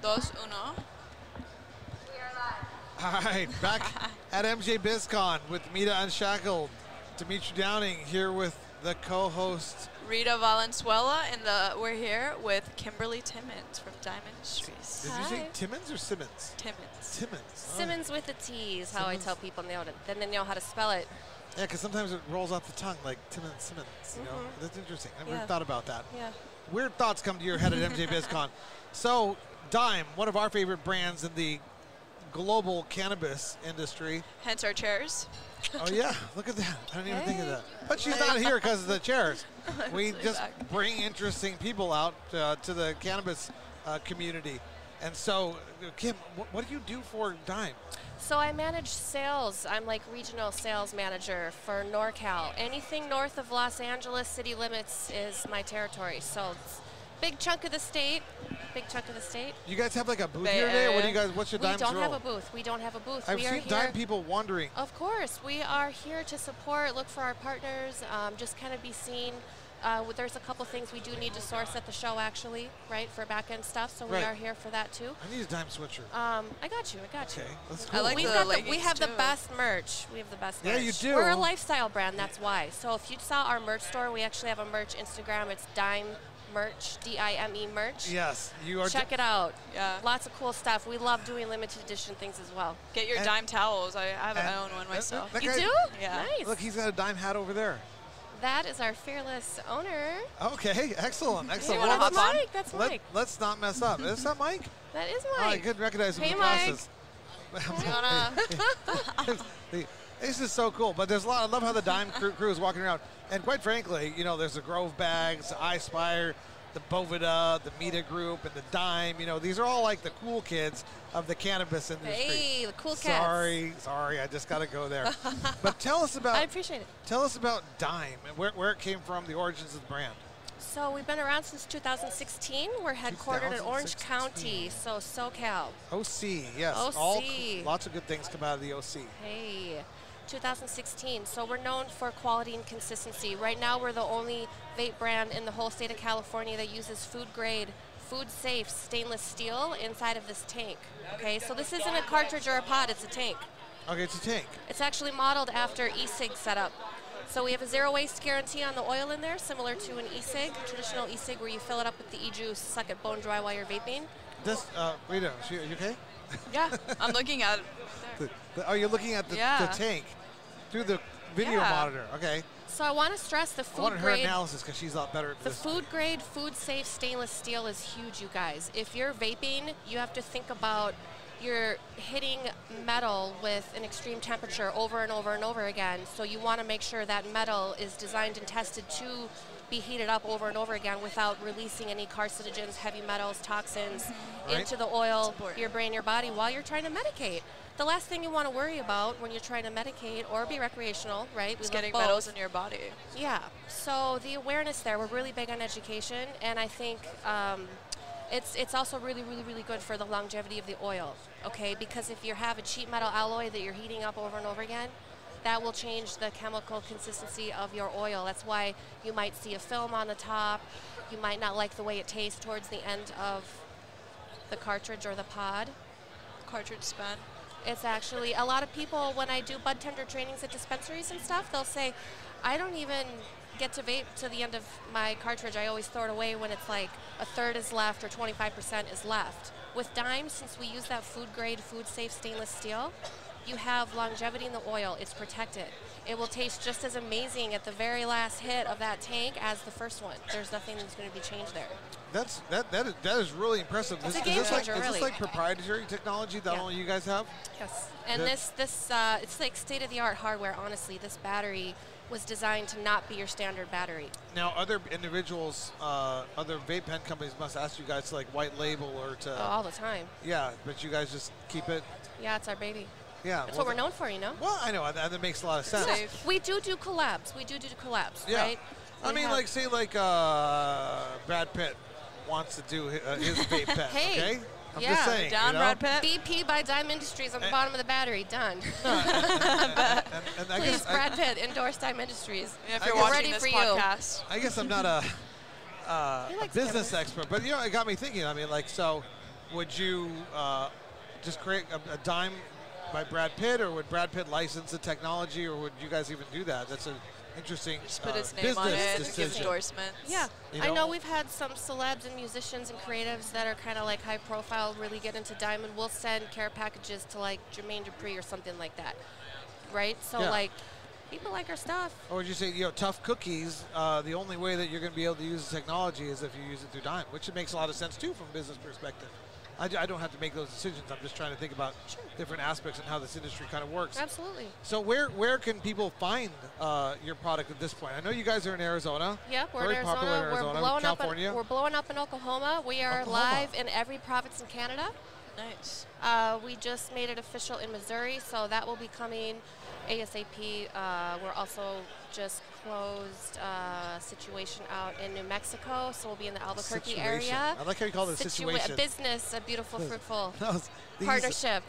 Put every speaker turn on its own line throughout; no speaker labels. dos, uno.
All right, back at MJ BizCon with Mita Unshackled, Dimitri Downing here with the co-host.
Rita Valenzuela, and the we're here with Kimberly Timmons from Diamond
Did
Industries.
you say
Hi.
Timmons or Simmons?
Timmons.
Timmons. Oh. all right.
Simmons with a T is how I
Simmons.
tell people, and they don't, then they know how to spell it.
Yeah, because sometimes it rolls off the tongue like Timmons, Simmons. You know,
Mhm.
that's interesting. I never
Yeah.
thought about that.
Yeah.
Weird thoughts come to your head at MJ BizCon. So, Dime, one of our favorite brands in the global cannabis industry.
Hence our chairs.
Oh yeah, look at that. I didn't even think of
Hey.
that. But she's not here because of the chairs. We
really
just
back.
bring interesting people out uh, to the cannabis uh, community. And so, uh, Kim, wh- what do you do for Dime?
So I manage sales. I'm like regional sales manager for NorCal. Anything north of Los Angeles city limits is my territory. So it's big chunk of the state. Big chunk of the state.
You guys have like a booth
Bay
here today. or What do you
Area.
guys? What's your
we
Dime's
don't
role?
have a booth. We don't have a booth.
I've
we are
seen
here.
Dime people wandering.
Of course, we are here to support, look for our partners, um, just kind of be seen. Uh, there's a couple things we do need to source at the show, actually, right, for back end stuff. So
Right.
we are here for that too.
I need a Dime sweatshirt.
Um, I got you. I got you.
Okay, that's
I
cool.
like
We've
the
got the, we
leggings,
have the
too.
best merch. We have the best
Yeah,
merch.
you
We're a
do.
lifestyle brand, that's why. So if you saw our merch store, we actually have a merch Instagram. It's Dime Merch, D I M E Merch.
yes, you are.
Check it out.
Yeah.
Lots of cool stuff. We love doing limited edition things as well.
Get your
And-
dime towels. I, I have
and-
my own one
and-
myself.
like-
You
Guys-
do?
Yeah.
Nice.
Look, he's got a Dime hat over there.
that is our fearless owner.
Okay, excellent,
Hey,
excellent.
wanna
Well,
that's
hop on?
Mike. That's
let,
Mike.
let's not mess up. Is that Mike?
That is
Oh, I
Mike.
could recognize him
Hey,
in the
Mike.
glasses.
You wanna-
The- This is so cool, but there's a lot. I love how the dime crew, crew is walking around, and quite frankly, you know, there's the Grove Bags, Ispire, the Bovida, the Meta Group, and the Dime. You know, these are all like the cool kids of the cannabis industry.
Hey, the cool cats.
sorry, sorry, I just got to go there. but tell us
I
about
appreciate it.
tell us about Dime and where, where it came from, the origins of the brand.
So we've been around since 2016. We're headquartered in Orange
2016.
County, so SoCal.
OC, yes, all
OC.
lots of good things come out of the OC.
Hey, 2016. So we're known for quality and consistency. Right now, we're the only vape brand in the whole state of California that uses food grade, food safe stainless steel inside of this tank. Okay, so this isn't a cartridge or a pod, it's a tank.
Okay, it's a tank.
It's actually modeled after e-cig setup. So we have a zero waste guarantee on the oil in there, similar to an e-cig, traditional e-cig where you fill it up with the e-juice, suck it bone dry while you're vaping.
This, uh, Rita, she, are you okay?
yeah. I'm looking at it.
The- the- oh, you're looking at the,
Yeah.
the tank through the video
Yeah.
monitor. Okay.
So I want to stress the
I
food
wanted her
grade
analysis because she's a lot better at
The
this.
food grade, food safe stainless steel is huge, you guys. If you're vaping, you have to think about you're hitting metal with an extreme temperature over and over and over again. So you want to make sure that metal is designed and tested to be heated up over and over again without releasing any carcinogens, heavy metals, toxins
Right.
into the oil,
important.
your brain, your body while you're trying to medicate. The last thing you want to worry about when you're trying to medicate or be recreational, right? We
It's
love
getting
both.
metals in your body.
Yeah. So the awareness there, we're really big on education, and I think um, it's it's also really, really, really good for the longevity of the oil. Okay, because if you have a cheap metal alloy that you're heating up over and over again, that will change the chemical consistency of your oil. That's why you might see a film on the top. You might not like the way it tastes towards the end of the cartridge or the pod.
Cartridge spent.
It's actually a lot of people when I do bud tender trainings at dispensaries and stuff, they'll say, I don't even get to vape to the end of my cartridge. I always throw it away when it's like a third is left or 25% is left. With Dime, since we use that food grade, food safe stainless steel, you have longevity in the oil. It's protected. It will taste just as amazing at the very last hit of that tank as the first one. There's nothing that's going to be changed there.
That's that that is, that is really impressive.
It's
this,
a game
is this like,
changer,
Is
really.
this like proprietary technology that
Yeah.
only you guys have?
Yes. And
The-
this this uh, it's like state of the art hardware. Honestly, this battery was designed to not be your standard battery.
Now, other individuals, uh, other vape pen companies must ask you guys to like white label or to.
all the time.
Yeah, but you guys just keep it.
Yeah, it's our baby.
Yeah.
That's
well,
what we're known for, you know.
Well, I know and that makes a lot of sense.
Safe.
We do do collabs. We do do collabs,
Yeah.
right?
I
We
mean,
have-
like, say, like uh, Brad Pitt wants to do his, uh, his vape pen.
Hey,
okay, I'm
yeah,
just saying.
Down,
you know?
Brad Pitt.
BP by Dime Industries on the
Eh.
bottom of the battery. Done.
And, and I
Please,
guess I-
Brad Pitt endorse Dime Industries.
If
I
you're
guess-
watching
Ready
this
for you.
podcast,
I guess I'm not a, uh,
He
a
likes
business
cameras.
expert, but you know, it got me thinking. I mean, like, so would you uh, just create a, a dime by Brad Pitt, or would Brad Pitt license the technology, or would you guys even do that? That's an interesting
Just put
uh,
his name on it,
business
and give
decision.
endorsements.
Yeah,
You
I
know-
know we've had some celebs and musicians and creatives that are kind of like high profile, really get into diamond. We'll send care packages to like Jermaine Dupri or something like that, right? So
Yeah.
like, people like our stuff.
Or would you say, you know, tough cookies, uh, the only way that you're going to be able to use the technology is if you use it through Dime, which makes a lot of sense, too, from a business perspective. I, d- I don't have to make those decisions. I'm just trying to think about
Sure.
different aspects and how this industry kind of works.
Absolutely.
So where where can people find uh, your product at this point? I know you guys are in Arizona.
Yep, we're
Very
in
popular
Arizona.
in Arizona.
We're blowing
California.
up. In, we're blowing up in Oklahoma. We are
Oklahoma.
live in every province in Canada.
Nice.
Uh, we just made it official in Missouri, so that will be coming ASAP. Uh, we're also just closed uh, situation out in New Mexico, so we'll be in the Albuquerque
Situation.
area.
I like how you call it a
Situa-
situation.
business, a beautiful, fruitful
That was- these- uh,
partnership.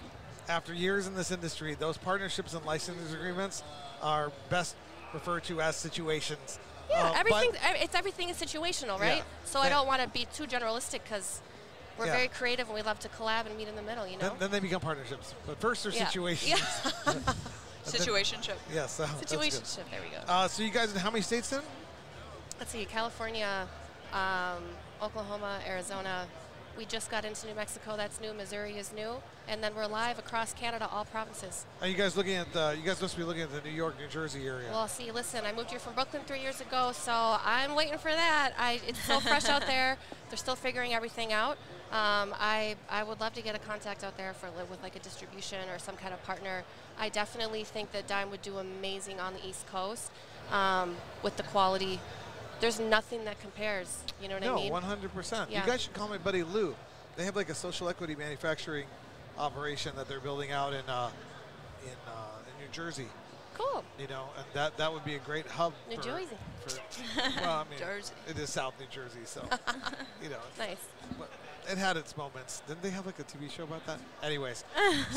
After years in this industry, those partnerships and license agreements are best referred to as situations.
Yeah,
Uh, but-
everything. ev- It's everything is situational, right?
Yeah.
So I
And-
don't want to be too generalistic because we're
Yeah.
very creative and we love to collab and meet in the middle. You know.
Then, then they become partnerships. But first, they're
Yeah.
situations.
Yeah.
Situationship.
Yes. Uh, that's good.
Situationship. There we go.
Uh, so you guys in how many states then?
Let's see, California, um, Oklahoma, Arizona. We just got into New Mexico. That's new. Missouri is new, and then we're live across Canada, all provinces.
Are you guys looking at the? You guys must be looking at the New York, New Jersey area.
Well, see, listen, I moved here from Brooklyn three years ago, so I'm waiting for that. I, it's still fresh out there. They're still figuring everything out. Um, I, I would love to get a contact out there for li- with like a distribution or some kind of partner. I definitely think that Dime would do amazing on the East Coast um, with the quality. There's nothing that compares. You know what
no,
I mean?
100%.
Yeah.
You guys should call my buddy Lou. They have like a social equity manufacturing operation that they're building out in uh, in, uh, in New Jersey.
Cool.
You know, and that that would be a great hub.
New
for,
Jersey.
For, well, I mean,
Jersey.
it is South New Jersey, so you know,
Nice.
but it had its moments. Didn't they have like a TV show about that? Anyways,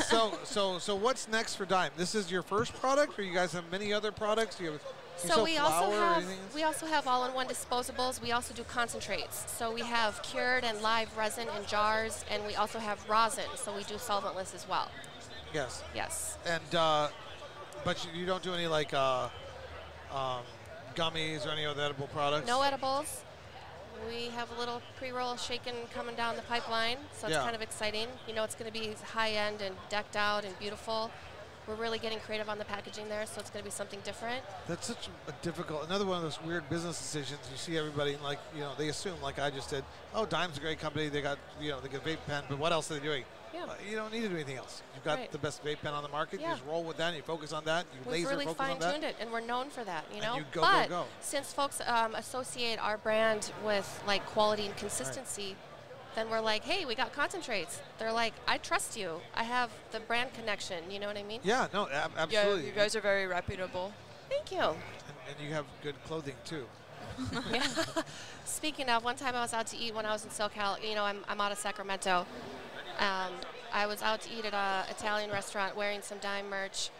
so so so what's next for Dime? This is your first product, or you guys have many other products? Do you have you
So
sell
we also
flour or
have
anything else?
we also have all-in-one disposables. We also do concentrates. So we have cured and live resin in jars, and we also have rosin. So we do solventless as well.
yes,
Yes.
and uh, but you, you don't do any like uh, um, gummies or any other edible products.
No edibles. We have a little pre-roll shaken coming down the pipeline, so it's
Yeah.
kind of exciting. You know, it's going to be high-end and decked out and beautiful. We're really getting creative on the packaging there, so it's going to be something different.
That's such a difficult. Another one of those weird business decisions. You see everybody like you know they assume like I just did. Oh, Dime's a great company. They got you know they got vape pen, but what else are they doing?
Yeah.
Uh, you don't need to do anything else. You've got
Right.
the best vape pen on the market.
Yeah.
You just roll with that. And you focus on that. You
We've
laser
really
focus on that.
fine-tuned it, and we're known for that, you know.
you go, go,
but
go.
since folks um, associate our brand with like quality and consistency, then we're like, hey, we got concentrates. They're like, I trust you. I have the brand connection. You know what I mean?
Yeah, no, ab-
Yeah,
absolutely.
you guys are very reputable.
Thank you.
and, and you have good clothing too.
Speaking of, one time I was out to eat when I was in SoCal. You know, I'm, I'm out of Sacramento. Um, I was out to eat at a Italian restaurant wearing some Dime merch.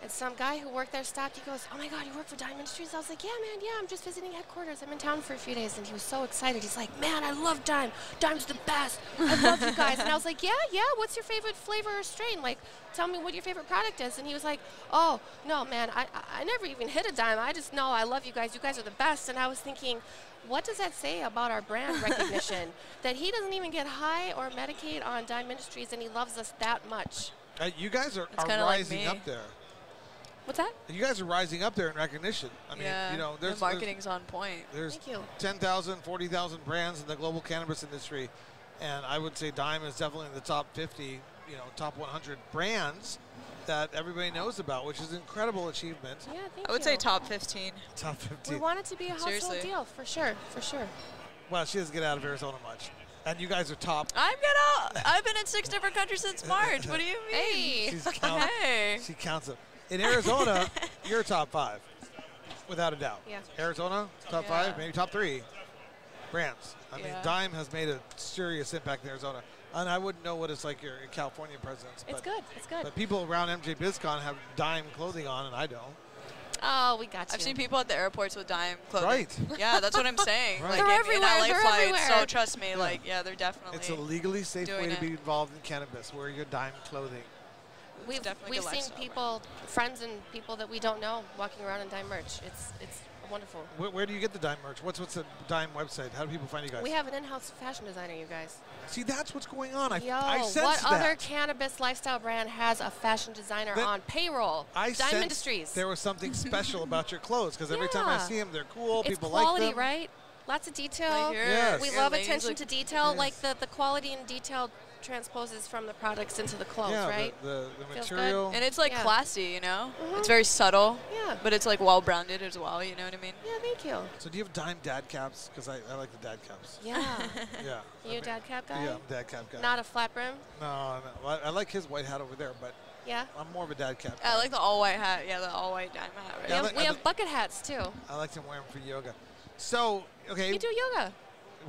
And some guy who worked there stopped. He goes, "Oh my God, you work for Dime Industries?" I was like, "Yeah, man. Yeah, I'm just visiting headquarters. I'm in town for a few days." And he was so excited. He's like, "Man, I love Dime. Dime's the best. I love you guys." and I was like, "Yeah, yeah. What's your favorite flavor or strain? Like, tell me what your favorite product is." And he was like, "Oh, no, man. I I- I never even hit a Dime. I just know I love you guys. You guys are the best." And I was thinking. What does that say about our brand recognition? that he doesn't even get high or Medicaid on Dime Industries and he loves us that much.
Uh, you guys are, are
kinda like
rising
me.
up there.
What's that?
You guys are rising up there in recognition. I mean,
yeah,
you know, there's
the
there's-
marketing's on point.
There's
Thank you.
10,000, 40,000 brands in the global cannabis industry, and I would say Dime is definitely in the top 50, you know, top 100 brands that everybody knows about, which is an incredible achievement.
Yeah, thank
I would
you.
say top 15.
Top
We
50.
want it to be a household
Seriously.
deal for sure, for sure.
Well, she doesn't get out of Arizona much, and you guys are top.
I'm gonna. I've been in six different countries since March. What do you mean?
She's count,
Hey.
She counts them. In Arizona, you're top five, without a doubt.
Yeah.
Arizona, top
Yeah.
five, maybe top three brands. I mean,
Yeah.
Dime has made a serious impact in Arizona, and I wouldn't know what it's like your California presence.
It's
but-
good. It's good.
But people around MJ BizCon have dime clothing on, and I don't.
Oh, we got you.
I've seen people at the airports with dime clothing.
Right.
Yeah, that's what I'm saying. Like
Right.
They're
in- in,
everywhere,
LA
they're
flights.
everywhere.
So trust me, like yeah, they're definitely.
It's a legally safe
Doing
way to
it.
be involved in cannabis. Wear your dime clothing.
We've,
definitely
we've
good
seen
lifestyle brand.
people, friends and people that we don't know, walking around in dime merch. It's it's wonderful.
Where, where do you get the dime merch? What's what's the dime website? How do people find you guys?
We have an in-house fashion designer, you guys.
See, that's what's going on. I,
Yo,
I sense
what
that.
other cannabis lifestyle brand has a fashion designer
That-
on payroll?
I
Dime
sensed
Industries.
There was something special about your clothes because every time I
Yeah.
see them, they're cool.
it's
people
quality,
like them.
right? Lots of detail.
Like your-
Yes.
We
your
love
ladies
attention
look-
to detail,
Yes.
like the, the quality and detail transposes from the products into the clothes,
Yeah,
right?
the, the, the
Feels good.
material.
And it's like
Yeah.
classy, you know.
Mhm.
It's very subtle.
Yeah.
But it's like well branded as well. You know what I mean?
yeah, thank you.
so do you have dime dad caps? Because I, I like the dad caps.
Yeah.
Yeah. I
you a
mean-
dad cap guy?
Yeah, I'm a dad cap guy.
Not a flat brim?
no, no. I, I like his white hat over there, but
Yeah.
I'm more of a dad
Uh,
cap.
I like the all white hat. Yeah, the all white dime hat. Right.
Yeah,
we
I
have,
like-
we
I
have
like-
bucket hats too.
I like to wear them for yoga. So okay.
You do yoga.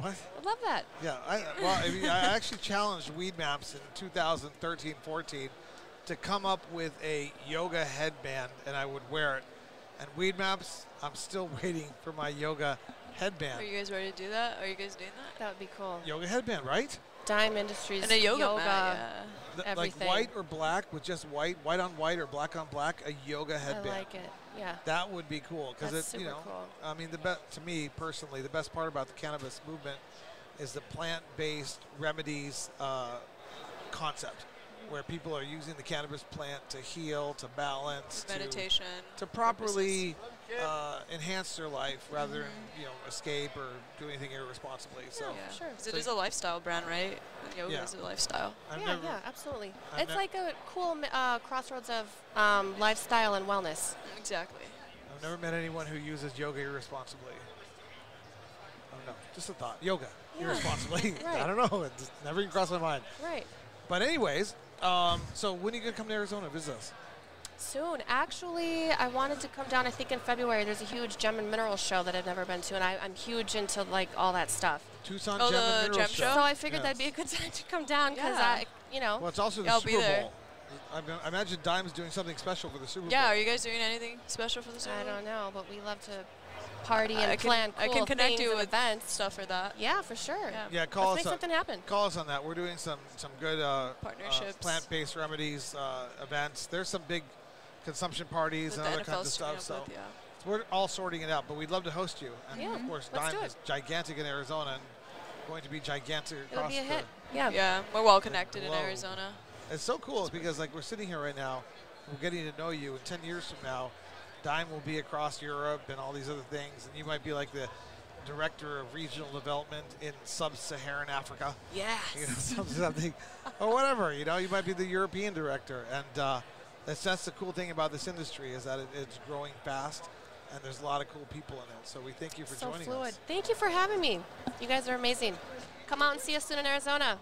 What?
I love that.
Yeah. I, well, I, mean, I actually challenged Weed Maps in 2013, 14 to come up with a yoga headband, and I would wear it. And Weed Maps, I'm still waiting for my yoga headband.
Are you guys ready to do that? Are you guys doing that?
That would be cool.
yoga headband, right?
Dime Industries
And a yoga, mat.
Th- Like
Everything.
white or black with just white, white on white or black on black, a yoga headband.
I like it. Yeah.
That would be cool because
That's
it's you
super
know,
cool.
I mean, the be- to me personally, the best part about the cannabis movement is the plant-based remedies uh, concept, where people are using the cannabis plant to heal, to balance,
Yeah.
to
Meditation.
to properly uh, enhance their life rather than
Mm-hmm.
you know escape or do anything irresponsibly. So
Yeah.
Sure.
'Cause it
So
is a lifestyle brand, right? Yoga
Yeah.
is a lifestyle.
I've
yeah,
never
yeah, absolutely.
I've
it's
nev-
like a cool mi- uh, crossroads of um, lifestyle and wellness.
Exactly.
I've never met anyone who uses yoga irresponsibly. I don't know. Just a thought. Yoga irresponsibly.
Right.
I don't know. It just never even crossed my mind.
Right.
But anyways, um, so when are you gonna come to Arizona and visit us?
Soon. Actually, I wanted to come down, I think in February. There's a huge gem and mineral show that I've never been to, and I, I'm huge into like all that stuff.
Tucson
Oh,
Gem and
the
Mineral
gem
Show.
show?
So I figured
Yeah.
that'd be a good time to come down because
Yeah.
I, you know,
Well, it's also the
Yeah, I'll be
Super
there.
Bowl. I, mean, I imagine Dime's doing something special for the Super
Yeah. Are
Bowl.
you guys doing anything special for the Super
I
Bowl?
don't know, but we love to party and
I can,
plan
I
cool
can connect
things
you
and
with
events.
stuff for that.
Yeah, for sure.
Yeah.
Yeah, call
Let's
us.
make
up.
something happen.
Call us on that. We're doing some some good uh,
Partnerships.
uh, plant-based remedies uh, events. There's some big consumption parties
With the
and other
NFL's
kinds of
coming
stuff.
up
So
with, yeah.
We're all sorting it out, but we'd love to host you. And
Yeah,
of course,
let's do
Dime
it.
is gigantic in Arizona and going to be gigantic
It'll
across
be a
the.
hit. Yeah.
Yeah, we're well connected in
globe.
Arizona.
It's so cool because like we're sitting here right now, we're getting to know you. And ten years from now, Dime will be across Europe and all these other things, and you might be like the director of regional development in sub-Saharan Africa, you know,
Yes.
some- something or whatever. You know, you might be the European director, and uh, that's that's the cool thing about this industry is that it, it's growing fast, and there's a lot of cool people in it. So we thank you for
So
joining
fluid.
us.
Thank you for having me. You guys are amazing. Come out and see us soon in Arizona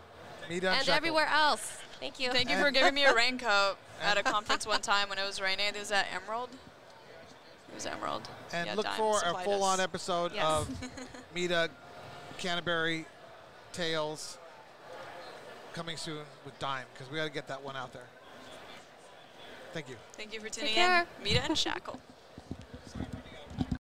Meet on
and
Shekel.
everywhere else. Thank you.
Thank you for giving me a raincoat at a conference one time when it was raining. It was at Emerald. It was Emerald.
And
Yeah,
look
Dime
for a
supplied
full on
us.
episode
Yes.
of Mita Canterbury Tales coming soon with Dime because we got to get that one out there. Thank you.
Thank you for tuning
care.
in. Mita and Shackle.